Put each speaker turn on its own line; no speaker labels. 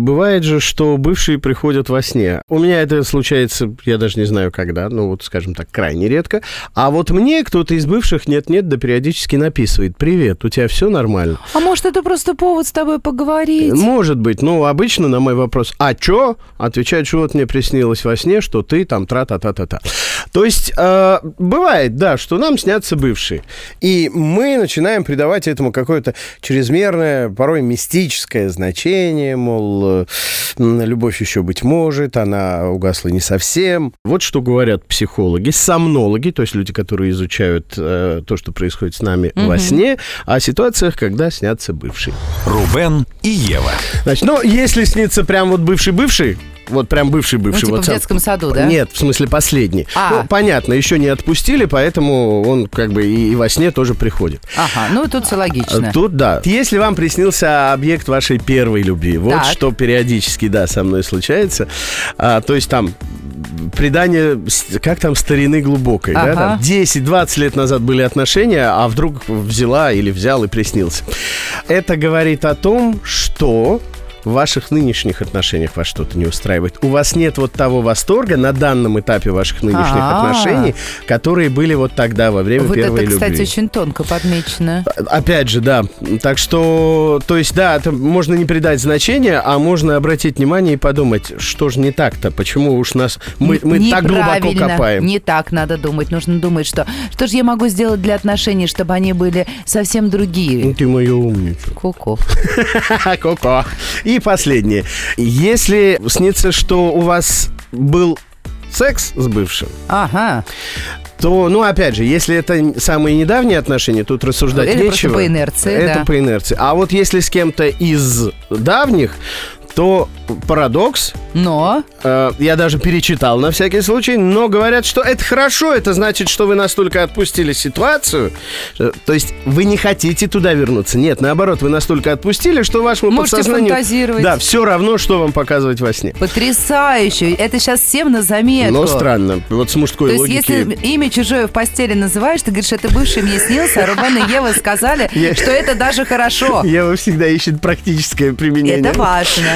Бывает же, что бывшие приходят во сне. У меня это случается, я даже не знаю когда, ну вот, скажем так, крайне редко. А вот мне кто-то из бывших нет-нет, да периодически написывает. Привет, у тебя все нормально?
А может, это просто повод с тобой поговорить?
Может быть, но обычно на мой вопрос «А чё?» отвечают, что вот мне приснилось во сне, что ты там тра-та-та-та-та. То есть э, бывает, да, что нам снятся бывшие. И мы начинаем придавать этому какое-то чрезмерное, порой мистическое значение, мол, э, м, любовь еще быть может, она угасла не совсем. Вот что говорят психологи, сомнологи, то есть люди, которые изучают э, то, что происходит с нами во сне, о ситуациях, когда снятся бывшие.
Рубен и Ева.
Значит, ну, если снится прям вот бывший-бывший, вот прям бывший-бывший.
Ну, типа
вот
в
сам-
детском саду, да?
Нет, в смысле последний.
А.
Ну, понятно, еще не отпустили, поэтому он как бы и, и во сне тоже приходит.
Ага, ну тут все логично.
Тут да. Если вам приснился объект вашей первой любви, вот
Так.
что периодически, да, со мной случается, а, то есть там предание, с- как там, старины глубокой, да,
Ага.
там 10-20 лет назад были отношения, а вдруг взяла или взял и приснился. Это говорит о том, что в ваших нынешних отношениях вас что-то не устраивает. У вас нет вот того восторга на данном этапе ваших нынешних
А-а.
отношений, которые были вот тогда, во время
А. вот это,
первой любви.
кстати, очень тонко подмечено.
Опять же, да. Так что, то есть, да, это можно не придать значения, а можно обратить внимание и подумать, что же не так-то, почему уж нас мы, мы так глубоко
Неправильно.
копаем.
Не так надо думать. Нужно думать, что что же я могу сделать для отношений, чтобы они были совсем другие.
Ты моя умница.
Ку-ку.
Ко-ко. И последнее. Если снится, что у вас был секс с бывшим,
Ага.
то, ну, опять же, если это самые недавние отношения, тут рассуждать
Это просто
нечего.
по инерции,
Это
да.
по инерции. А вот если с кем-то из давних, то парадокс,
Но
Э, Я даже перечитал на всякий случай, но говорят, что это хорошо, это значит, что вы настолько отпустили ситуацию, э, то есть вы не хотите туда вернуться. Нет, наоборот, вы настолько отпустили, что вашему
Можете
подсознанию...
фантазировать.
Ну, Да, все равно, что вам показывать во сне.
потрясающе. Это сейчас всем на заметку.
Но странно, вот с мужской
То есть,
логики...
если имя чужое в постели называешь, ты говоришь, это бывший мне снился, а Рубен и Ева сказали,
Я-
что это даже хорошо.
Ева всегда ищет практическое применение.
Это важно.